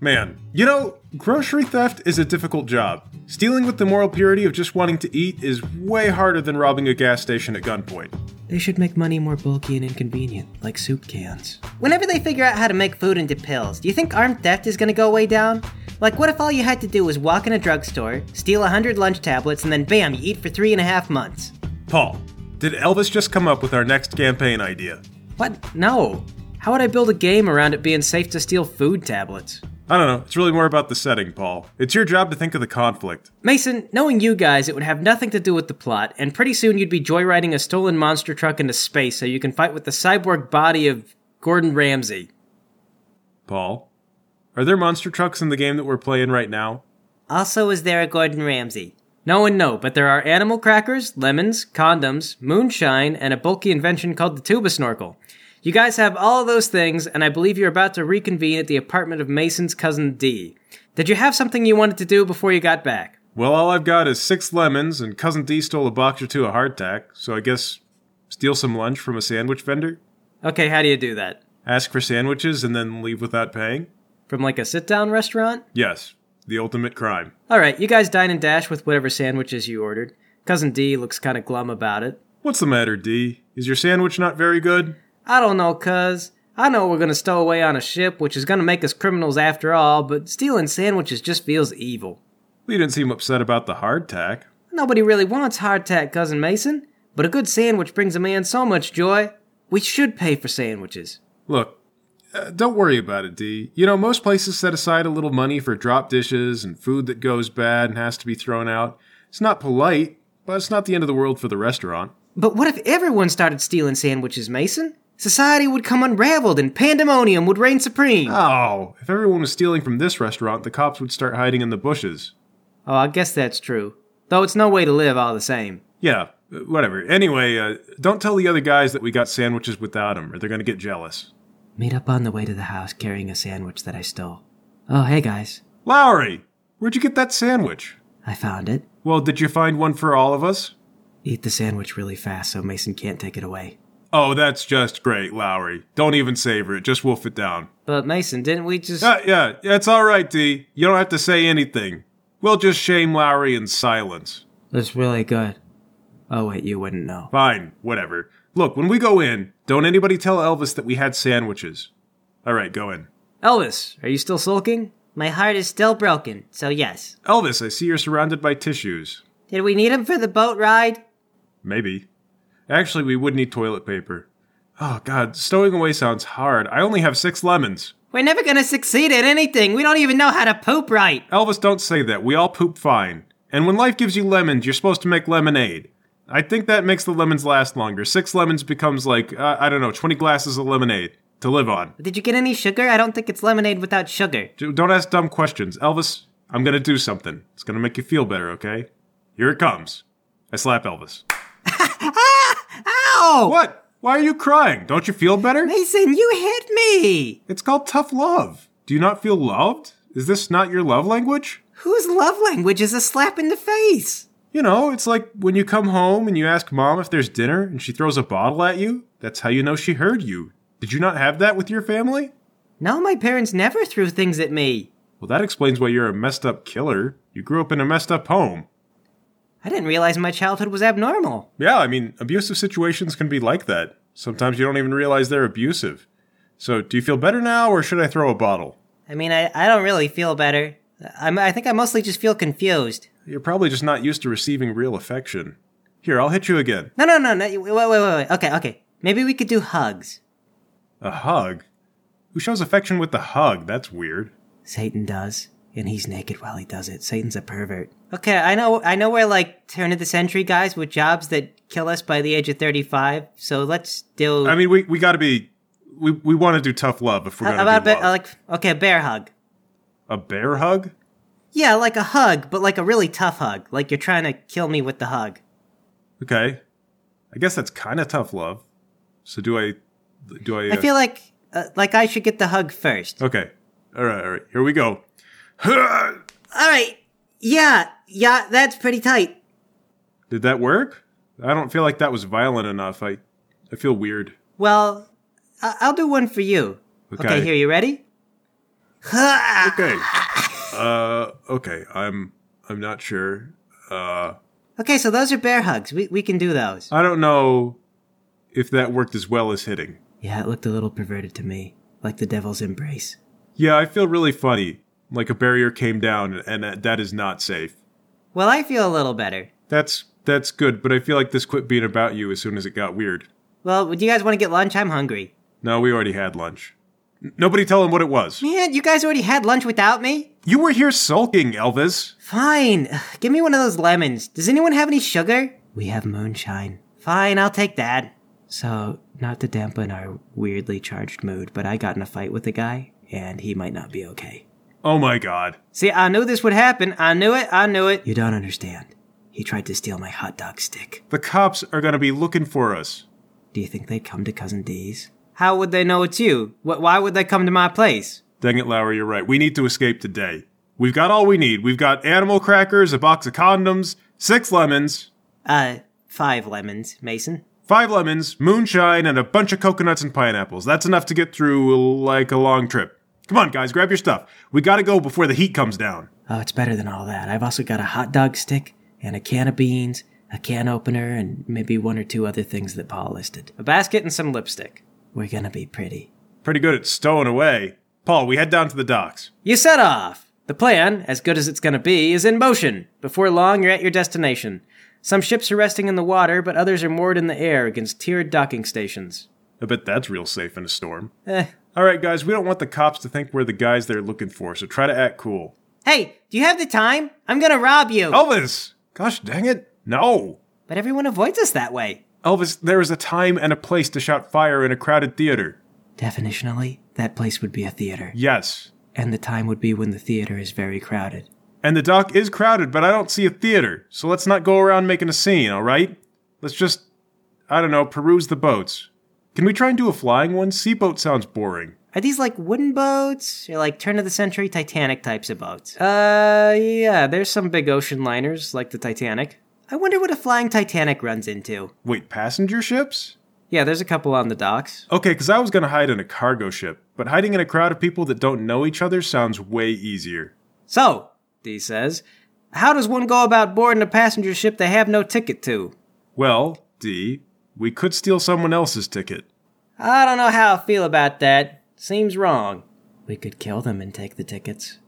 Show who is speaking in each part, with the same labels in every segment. Speaker 1: Man, you know, grocery theft is a difficult job. Stealing with the moral purity of just wanting to eat is way harder than robbing a gas station at gunpoint.
Speaker 2: They should make money more bulky and inconvenient, like soup cans.
Speaker 3: Whenever they figure out how to make food into pills, do you think armed theft is gonna go way down? Like, what if all you had to do was walk in a drugstore, steal 100 lunch tablets, and then bam, you eat for three and a half months?
Speaker 1: Paul, did Elvis just come up with our next campaign idea?
Speaker 2: What? No. How would I build a game around it being safe to steal food tablets?
Speaker 1: I don't know, it's really more about the setting, Paul. It's your job to think of the conflict.
Speaker 2: Mason, knowing you guys, it would have nothing to do with the plot, and pretty soon you'd be joyriding a stolen monster truck into space so you can fight with the cyborg body of Gordon Ramsay.
Speaker 1: Paul, are there monster trucks in the game that we're playing right now?
Speaker 3: Also, is there a Gordon Ramsay?
Speaker 2: No and no, but there are animal crackers, lemons, condoms, moonshine, and a bulky invention called the tuba snorkel. You guys have all of those things, and I believe you're about to reconvene at the apartment of Mason's cousin D. Did you have something you wanted to do before you got back?
Speaker 1: Well, all I've got is six lemons, and Cousin D stole a box or two of hardtack, so I guess steal some lunch from a sandwich vendor?
Speaker 2: Okay, how do you do that?
Speaker 1: Ask for sandwiches and then leave without paying?
Speaker 2: From like a sit down restaurant?
Speaker 1: Yes, the ultimate crime.
Speaker 2: Alright, you guys dine and dash with whatever sandwiches you ordered. Cousin D looks kinda glum about it.
Speaker 1: What's the matter, D? Is your sandwich not very good?
Speaker 2: I don't know, cuz. I know we're gonna stow away on a ship, which is gonna make us criminals after all, but stealing sandwiches just feels evil.
Speaker 1: Well, you didn't seem upset about the hardtack.
Speaker 2: Nobody really wants hardtack, Cousin Mason, but a good sandwich brings a man so much joy. We should pay for sandwiches.
Speaker 1: Look, uh, don't worry about it, D. You know, most places set aside a little money for drop dishes and food that goes bad and has to be thrown out. It's not polite, but it's not the end of the world for the restaurant.
Speaker 2: But what if everyone started stealing sandwiches, Mason? Society would come unraveled and pandemonium would reign supreme.
Speaker 1: Oh, if everyone was stealing from this restaurant, the cops would start hiding in the bushes.
Speaker 2: Oh, I guess that's true. Though it's no way to live all the same.
Speaker 1: Yeah, whatever. Anyway, uh, don't tell the other guys that we got sandwiches without them, or they're going to get jealous.
Speaker 2: Meet up on the way to the house carrying a sandwich that I stole. Oh, hey guys.
Speaker 1: Lowry, where'd you get that sandwich?
Speaker 2: I found it.
Speaker 1: Well, did you find one for all of us?
Speaker 2: Eat the sandwich really fast so Mason can't take it away.
Speaker 1: Oh, that's just great, Lowry. Don't even savor it. Just wolf it down.
Speaker 2: But Mason, didn't we just.
Speaker 1: Yeah, yeah, yeah, it's all right, D. You don't have to say anything. We'll just shame Lowry in silence.
Speaker 2: That's really good. Oh, wait, you wouldn't know.
Speaker 1: Fine, whatever. Look, when we go in, don't anybody tell Elvis that we had sandwiches. All right, go in.
Speaker 2: Elvis, are you still sulking?
Speaker 3: My heart is still broken, so yes.
Speaker 1: Elvis, I see you're surrounded by tissues.
Speaker 3: Did we need 'em for the boat ride?
Speaker 1: Maybe. Actually, we would need toilet paper. Oh, God, stowing away sounds hard. I only have six lemons.
Speaker 3: We're never gonna succeed at anything. We don't even know how to poop right.
Speaker 1: Elvis, don't say that. We all poop fine. And when life gives you lemons, you're supposed to make lemonade. I think that makes the lemons last longer. Six lemons becomes like, uh, I don't know, 20 glasses of lemonade to live on.
Speaker 3: Did you get any sugar? I don't think it's lemonade without sugar.
Speaker 1: J- Don't ask dumb questions. Elvis, I'm gonna do something. It's gonna make you feel better, okay? Here it comes. I slap Elvis.
Speaker 3: Ow!
Speaker 1: What? Why are you crying? Don't you feel better?
Speaker 3: Mason, you hit me!
Speaker 1: It's called tough love. Do you not feel loved? Is this not your love language?
Speaker 3: Whose love language is a slap in the face?
Speaker 1: You know, it's like when you come home and you ask mom if there's dinner and she throws a bottle at you. That's how you know she heard you. Did you not have that with your family?
Speaker 3: No, my parents never threw things at me.
Speaker 1: Well, that explains why you're a messed up killer. You grew up in a messed up home.
Speaker 3: I didn't realize my childhood was abnormal.
Speaker 1: Yeah, I mean, abusive situations can be like that. Sometimes you don't even realize they're abusive. So, do you feel better now or should I throw a bottle?
Speaker 3: I mean, I, I don't really feel better. I'm, I think I mostly just feel confused.
Speaker 1: You're probably just not used to receiving real affection. Here, I'll hit you again.
Speaker 3: No, no, no, no. you- Wait, wait, wait, wait. Okay, okay. Maybe we could do hugs.
Speaker 1: A hug? Who shows affection with a hug? That's weird.
Speaker 2: Satan does, and he's naked while he does it. Satan's a pervert.
Speaker 3: Okay, I know, I know we're like turn of the century guys with jobs that kill us by the age of 35, so let's do.
Speaker 1: I mean, we, we gotta be. We, we want to do tough love if we're
Speaker 3: how
Speaker 1: gonna
Speaker 3: about a
Speaker 1: do
Speaker 3: bear,
Speaker 1: love.
Speaker 3: like, okay, a bear hug.
Speaker 1: a bear hug?
Speaker 3: Yeah, like a hug, but like a really tough hug. Like you're trying to kill me with the hug.
Speaker 1: Okay. I guess that's kind of tough love. So do I? Do I? uh,
Speaker 3: I feel like uh, like I should get the hug first.
Speaker 1: okay. All right. All right. Here we go.
Speaker 3: All right. Yeah. Yeah, that's pretty tight.
Speaker 1: Did that work? I don't feel like that was violent enough. I, I feel weird.
Speaker 3: Well, I- I'll do one for you.
Speaker 1: Okay.
Speaker 3: here, you ready? Ah.
Speaker 1: Okay. Uh, okay. I'm I'm not sure. Uh,
Speaker 3: Okay, so those are bear hugs. We, we can do those.
Speaker 1: I don't know if that worked as well as hitting.
Speaker 3: Yeah, it looked a little perverted to me, like the devil's embrace.
Speaker 1: Yeah, I feel really funny. Like a barrier came down, and that, that is not safe.
Speaker 3: Well, I feel a little better.
Speaker 1: That's that's good, but I feel like this quit being about you as soon as it got weird.
Speaker 3: Well, do you guys want to get lunch? I'm hungry.
Speaker 1: No, we already had lunch. N- Nobody tell him what it was.
Speaker 3: Man, you guys already had lunch without me?
Speaker 1: You were here sulking, Elvis.
Speaker 3: Fine. Ugh, Give me one of those lemons. Does anyone have any sugar? We have moonshine. Fine, I'll take that. So, not to dampen our weirdly charged mood, but I got in a fight with a guy, and he might not be okay.
Speaker 1: Oh my god.
Speaker 2: See, I knew this would happen. I knew it. I knew it.
Speaker 3: You don't understand. He tried to steal my hot dog stick.
Speaker 1: The cops are gonna be looking for us.
Speaker 3: Do you think they'd come to Cousin D's?
Speaker 2: How would they know it's you? Wh- Why would they come to my place?
Speaker 1: Dang it, Lowry, you're right. We need to escape today. We've got all we need. We've got animal crackers, a box of condoms, six lemons,
Speaker 3: Uh, five lemons, Mason.
Speaker 1: five lemons, moonshine, and a bunch of coconuts and pineapples. That's enough to get through like a long trip. Come on, guys, grab your stuff. We gotta go before the heat comes down.
Speaker 3: Oh, it's better than all that. I've also got a hot dog stick and a can of beans, a can opener, and maybe one or two other things that Paul listed.
Speaker 2: A basket and some lipstick.
Speaker 3: We're gonna be pretty.
Speaker 1: Pretty good at stowing away. Paul, we head down to the docks.
Speaker 2: You set off! The plan, as good as it's gonna be, is in motion. Before long, you're at your destination. Some ships are resting in the water, but others are moored in the air against tiered docking stations.
Speaker 1: I bet that's real safe in a storm.
Speaker 2: Eh.
Speaker 1: All right, guys, we don't want the cops to think we're the guys they're looking for, so try to act cool.
Speaker 3: Hey, do you have the time? I'm gonna rob you!
Speaker 2: Oh.
Speaker 1: Elvis! Gosh dang it. No.
Speaker 3: But everyone avoids us that way.
Speaker 1: Elvis, there is a time and a place to shout fire in a crowded theater.
Speaker 3: Definitionally, that place would be a theater.
Speaker 1: Yes.
Speaker 3: And the time would be when the theater is very crowded.
Speaker 1: And the dock is crowded, but I don't see a theater, so let's not go around making a scene, all right? Let's just, I don't know, peruse the boats. Can we try and do a flying one? Seaboat sounds boring.
Speaker 3: Are these like wooden boats? Or like turn of the century Titanic types of boats?
Speaker 2: Uh, yeah, there's some big ocean liners, like the Titanic.
Speaker 3: I wonder what a flying Titanic runs into.
Speaker 1: Wait, passenger ships?
Speaker 2: Yeah, there's a couple on the docks.
Speaker 1: Okay, because I was going to hide in a cargo ship, but hiding in a crowd of people that don't know each other sounds way easier.
Speaker 2: So, Dee says, how does one go about boarding a passenger ship they have no ticket to?
Speaker 1: Well, D, we could steal someone else's ticket.
Speaker 2: I don't know how I feel about that. Seems wrong.
Speaker 3: We could kill them and take the tickets.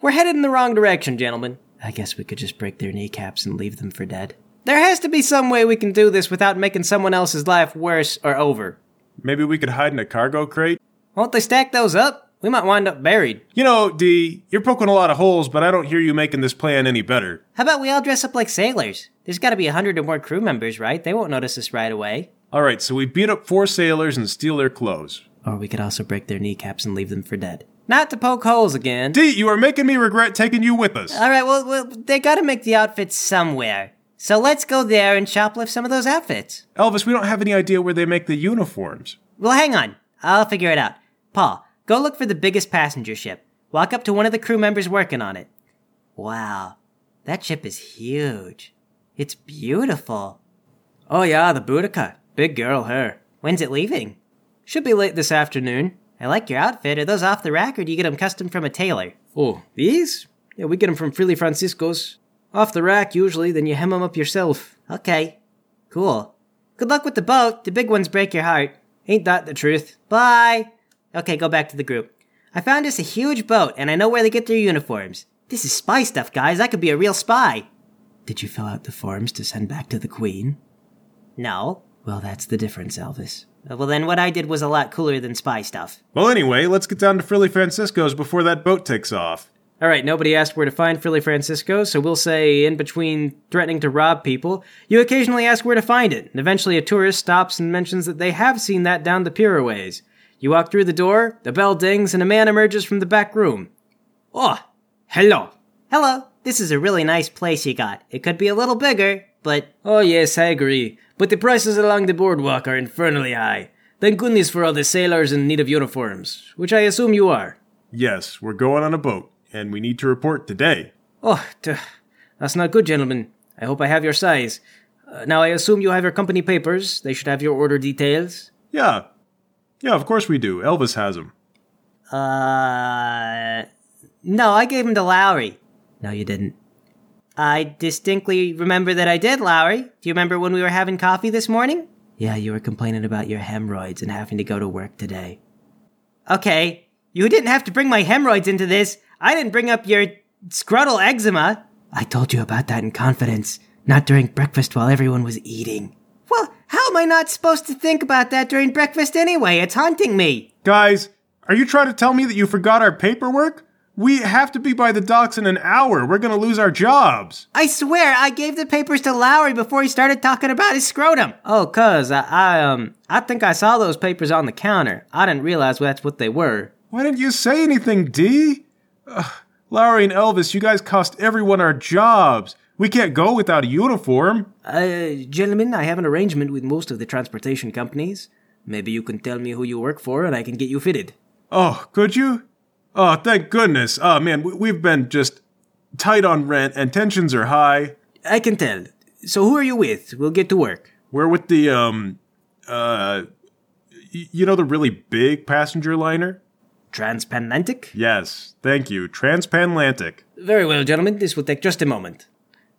Speaker 2: We're headed in the wrong direction, gentlemen.
Speaker 3: I guess we could just break their kneecaps and leave them for dead.
Speaker 2: There has to be some way we can do this without making someone else's life worse or over.
Speaker 1: Maybe we could hide in a cargo crate?
Speaker 2: Won't they stack those up? We might wind up buried.
Speaker 1: You know, D, you're poking a lot of holes, but I don't hear you making this plan any better.
Speaker 3: How about we all dress up like sailors? There's gotta be a hundred or more crew members, right? They won't notice us right away.
Speaker 1: All right, so we beat up four sailors and steal their clothes.
Speaker 3: Or we could also break their kneecaps and leave them for dead.
Speaker 2: Not to poke holes again.
Speaker 1: D, you are making me regret taking you with us.
Speaker 3: Alright, well, well, they gotta make the outfits somewhere. So let's go there and shoplift some of those outfits.
Speaker 1: Elvis, we don't have any idea where they make the uniforms.
Speaker 3: Well, hang on. I'll figure it out. Paul, go look for the biggest passenger ship. Walk up to one of the crew members working on it. Wow, that ship is huge. It's beautiful.
Speaker 2: Oh yeah, the Boudica. Big girl, her.
Speaker 3: When's it leaving?
Speaker 2: Should be late this afternoon.
Speaker 3: I like your outfit. Are those off the rack or do you get them custom from a tailor?
Speaker 2: Oh, these? Yeah, we get them from Freely Francisco's. Off the rack usually, then you hem 'em up yourself.
Speaker 3: Okay, cool. Good luck with the boat. The big ones break your heart.
Speaker 2: Ain't that the truth?
Speaker 3: Bye. Okay, go back to the group. I found us a huge boat and I know where they get their uniforms. This is spy stuff, guys. I could be a real spy. Did you fill out the forms to send back to the Queen? No. Well, that's the difference, Elvis. Well, then what I did was a lot cooler than spy stuff.
Speaker 1: Well, anyway, let's get down to Frilly Francisco's before that boat takes off.
Speaker 2: All right, nobody asked where to find Frilly Francisco, so we'll say in between threatening to rob people, you occasionally ask where to find it, and eventually a tourist stops and mentions that they have seen that down the pier a ways. You walk through the door, the bell dings, and a man emerges from the back room. Oh, hello.
Speaker 3: Hello. This is a really nice place you got. It could be a little bigger, but
Speaker 2: Oh, yes, I agree. But the prices along the boardwalk are infernally high. Thank goodness for all the sailors in need of uniforms, which I assume you are.
Speaker 1: Yes, we're going on a boat, and we need to report today.
Speaker 2: Oh, t- that's not good, gentlemen. I hope I have your size. Uh, now, I assume you have your company papers. They should have your order details.
Speaker 1: Yeah. Yeah, of course we do. Elvis has them.
Speaker 2: Uh, no, I gave him to Lowry.
Speaker 3: No, you didn't.
Speaker 2: I distinctly remember that I did, Lowry. Do you remember when we were having coffee this morning?
Speaker 3: Yeah, you were complaining about your hemorrhoids and having to go to work today.
Speaker 2: Okay, you didn't have to bring my hemorrhoids into this. I didn't bring up your scrotal eczema.
Speaker 3: I told you about that in confidence, not during breakfast while everyone was eating.
Speaker 2: Well, how am I not supposed to think about that during breakfast anyway? It's haunting me.
Speaker 1: Guys, are you trying to tell me that you forgot our paperwork? We have to be by the docks in an hour. We're going to lose our jobs.
Speaker 2: I swear I gave the papers to Lowry before he started talking about his scrotum. Oh, cuz I, I um I think I saw those papers on the counter. I didn't realize that's what they were.
Speaker 1: Why didn't you say anything, D? Ugh, Lowry and Elvis, you guys cost everyone our jobs. We can't go without a uniform.
Speaker 3: Uh, gentlemen, I have an arrangement with most of the transportation companies. Maybe you can tell me who you work for and I can get you fitted.
Speaker 1: Oh, could you? Oh, thank goodness. Oh, man, we- we've been just tight on rent and tensions are high.
Speaker 3: I can tell. So who are you with? We'll get to work.
Speaker 1: We're with the, um, uh, y- you know, the really big passenger liner?
Speaker 3: Transpanlantic?
Speaker 1: Yes, thank you. Transpanlantic.
Speaker 2: Very well, gentlemen, this will take just a moment.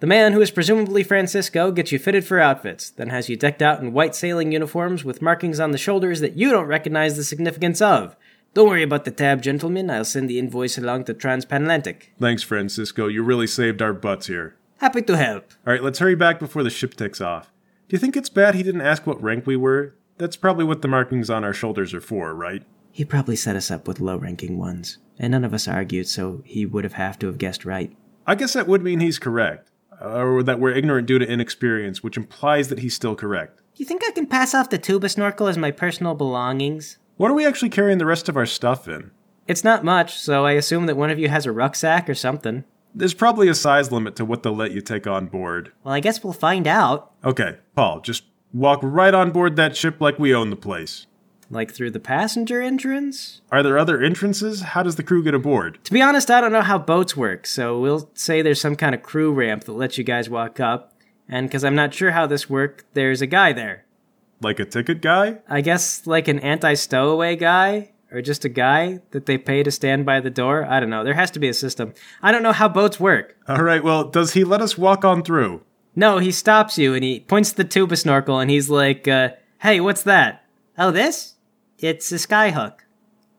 Speaker 2: The man, who is presumably Francisco, gets you fitted for outfits, then has you decked out in white sailing uniforms with markings on the shoulders that you don't recognize the significance of. Don't worry about the tab, gentlemen. I'll send the invoice along to Transpanlantic.
Speaker 1: Thanks, Francisco. You really saved our butts here.
Speaker 2: Happy to help.
Speaker 1: All right, let's hurry back before the ship takes off. Do you think it's bad he didn't ask what rank we were? That's probably what the markings on our shoulders are for, right?
Speaker 3: He probably set us up with low ranking ones, and none of us argued, so he would have have to have guessed right.
Speaker 1: I guess that would mean he's correct, uh, or that we're ignorant due to inexperience, which implies that he's still correct.
Speaker 2: You think I can pass off the tuba snorkel as my personal belongings?
Speaker 1: What are we actually carrying the rest of our stuff in?
Speaker 2: It's not much, so I assume that one of you has a rucksack or something.
Speaker 1: There's probably a size limit to what they'll let you take on board.
Speaker 2: Well, I guess we'll find out.
Speaker 1: Okay, Paul, just walk right on board that ship like we own the place.
Speaker 2: Like through the passenger entrance?
Speaker 1: Are there other entrances? How does the crew get aboard?
Speaker 2: To be honest, I don't know how boats work, so we'll say there's some kind of crew ramp that lets you guys walk up. And because I'm not sure how this worked, there's a guy there.
Speaker 1: Like a ticket guy?
Speaker 2: I guess like an anti stowaway guy, or just a guy that they pay to stand by the door. I don't know. There has to be a system. I don't know how boats work.
Speaker 1: All right, well, does he let us walk on through?
Speaker 2: No, he stops you and he points the tuba snorkel and he's like, uh, hey, what's that? Oh, this? It's a skyhook.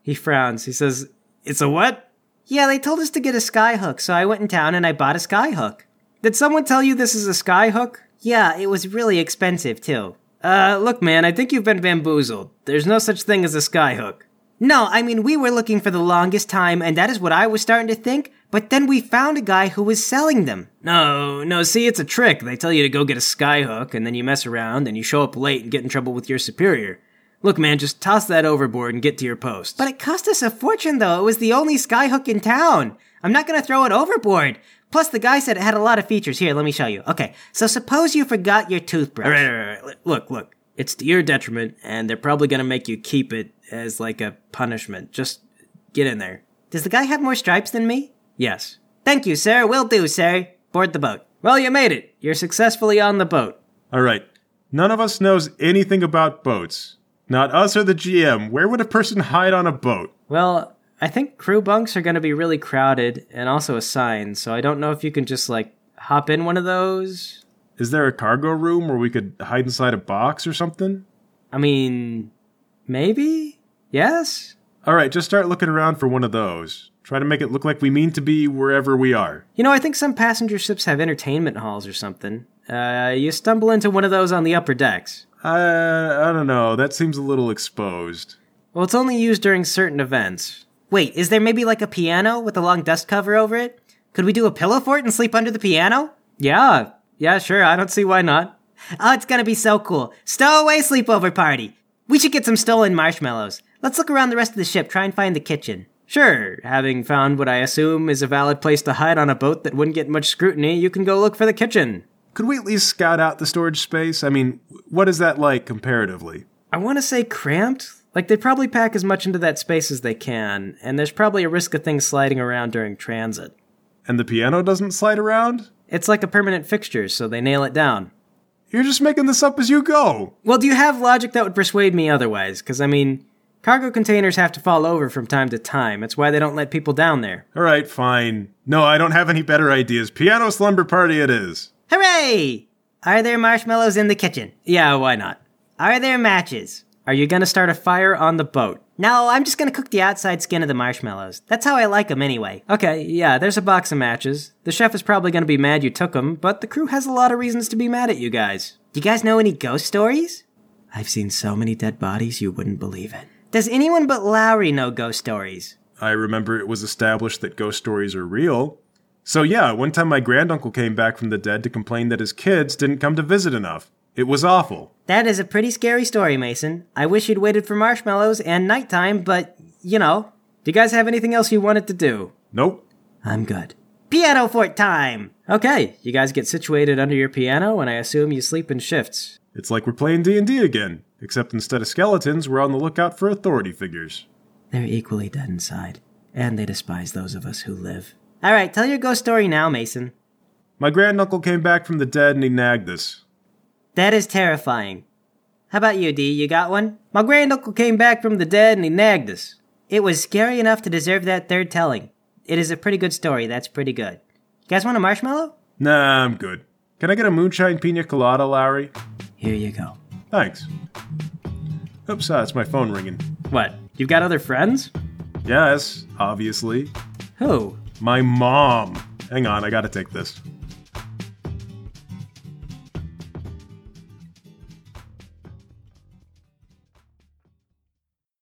Speaker 2: He frowns. He says, it's a what? Yeah, they told us to get a skyhook, so I went in town and I bought a skyhook. Did someone tell you this is a skyhook? Yeah, it was really expensive, too. Uh, look, man, I think you've been bamboozled. There's no such thing as a skyhook. No, I mean, we were looking for the longest time, and that is what I was starting to think, but then we found a guy who was selling them. No, no, see, it's a trick. They tell you to go get a skyhook, and then you mess around, and you show up late and get in trouble with your superior. Look, man, just toss that overboard and get to your post. But it cost us a fortune, though. It was the only skyhook in town. I'm not gonna throw it overboard. Plus, the guy said it had a lot of features. Here, let me show you. Okay, so suppose you forgot your toothbrush. All right, all right, all right. Look, look. It's to your detriment, and they're probably gonna make you keep it as like a punishment. Just get in there. Does the guy have more stripes than me? Yes. Thank you, sir. Will do, sir. Board the boat. Well, you made it. You're successfully on the boat.
Speaker 1: All right. None of us knows anything about boats. Not us or the GM. Where would a person hide on a boat?
Speaker 2: Well, I think crew bunks are going to be really crowded and also assigned, so I don't know if you can just like hop in one of those.
Speaker 1: Is there a cargo room where we could hide inside a box or something?
Speaker 2: I mean, maybe? Yes?
Speaker 1: All right, just start looking around for one of those. Try to make it look like we mean to be wherever we are.
Speaker 2: You know, I think some passenger ships have entertainment halls or something. Uh, you stumble into one of those on the upper decks.
Speaker 1: I, I don't know. That seems a little exposed.
Speaker 2: Well, it's only used during certain events. Wait, is there maybe like a piano with a long dust cover over it? Could we do a pillow fort and sleep under the piano? Yeah, yeah, sure. I don't see why not. Oh, it's gonna be so cool. Stowaway sleepover party. We should get some stolen marshmallows. Let's look around the rest of the ship, try and find the kitchen. Sure, having found what I assume is a valid place to hide on a boat that wouldn't get much scrutiny, you can go look for the kitchen.
Speaker 1: Could we at least scout out the storage space? I mean, what is that like comparatively?
Speaker 2: I want to say cramped. Like they probably pack as much into that space as they can, and there's probably a risk of things sliding around during transit.
Speaker 1: And the piano doesn't slide around?
Speaker 2: It's like a permanent fixture, so they nail it down.
Speaker 1: You're just making this up as you go.
Speaker 2: Well, do you have logic that would persuade me otherwise? Because I mean, Cargo containers have to fall over from time to time. That's why they don't let people down there.
Speaker 1: All right, fine. No, I don't have any better ideas. Piano slumber party it is.
Speaker 3: Hooray! Are there marshmallows in the kitchen?
Speaker 2: Yeah, why not?
Speaker 3: Are there matches?
Speaker 2: Are you gonna start a fire on the boat?
Speaker 3: No, I'm just gonna cook the outside skin of the marshmallows. That's how I like them anyway.
Speaker 2: Okay, yeah, there's a box of matches. The chef is probably gonna be mad you took them, but the crew has a lot of reasons to be mad at you guys.
Speaker 3: Do you guys know any ghost stories?
Speaker 2: I've seen so many dead bodies you wouldn't believe it.
Speaker 3: Does anyone but Lowry know ghost stories?
Speaker 1: I remember it was established that ghost stories are real. So, yeah, one time my granduncle came back from the dead to complain that his kids didn't come to visit enough. It was awful.
Speaker 3: That is a pretty scary story, Mason. I wish you'd waited for marshmallows and nighttime, but, you know.
Speaker 2: Do you guys have anything else you wanted to do?
Speaker 1: Nope.
Speaker 2: I'm good.
Speaker 3: Piano fort time!
Speaker 2: Okay, you guys get situated under your piano, and I assume you sleep in shifts.
Speaker 1: It's like we're playing D&D again, except instead of skeletons, we're on the lookout for authority figures.
Speaker 2: They're equally dead inside, and they despise those of us who live.
Speaker 3: All right, tell your ghost story now, Mason.
Speaker 1: My granduncle came back from the dead and he nagged us.
Speaker 3: That is terrifying.
Speaker 2: How about you, Dee? You got one?
Speaker 3: My granduncle came back from the dead and he nagged us. It was scary enough to deserve that third telling. It is a pretty good story. That's pretty good. You guys want a marshmallow?
Speaker 1: Nah, I'm good. Can I get a moonshine pina colada, Lowry?
Speaker 2: Here you go.
Speaker 1: Thanks. Oops, ah, it's my phone ringing.
Speaker 2: What? You've got other friends?
Speaker 1: Yes, obviously.
Speaker 2: Who?
Speaker 1: My mom. Hang on, I gotta take this.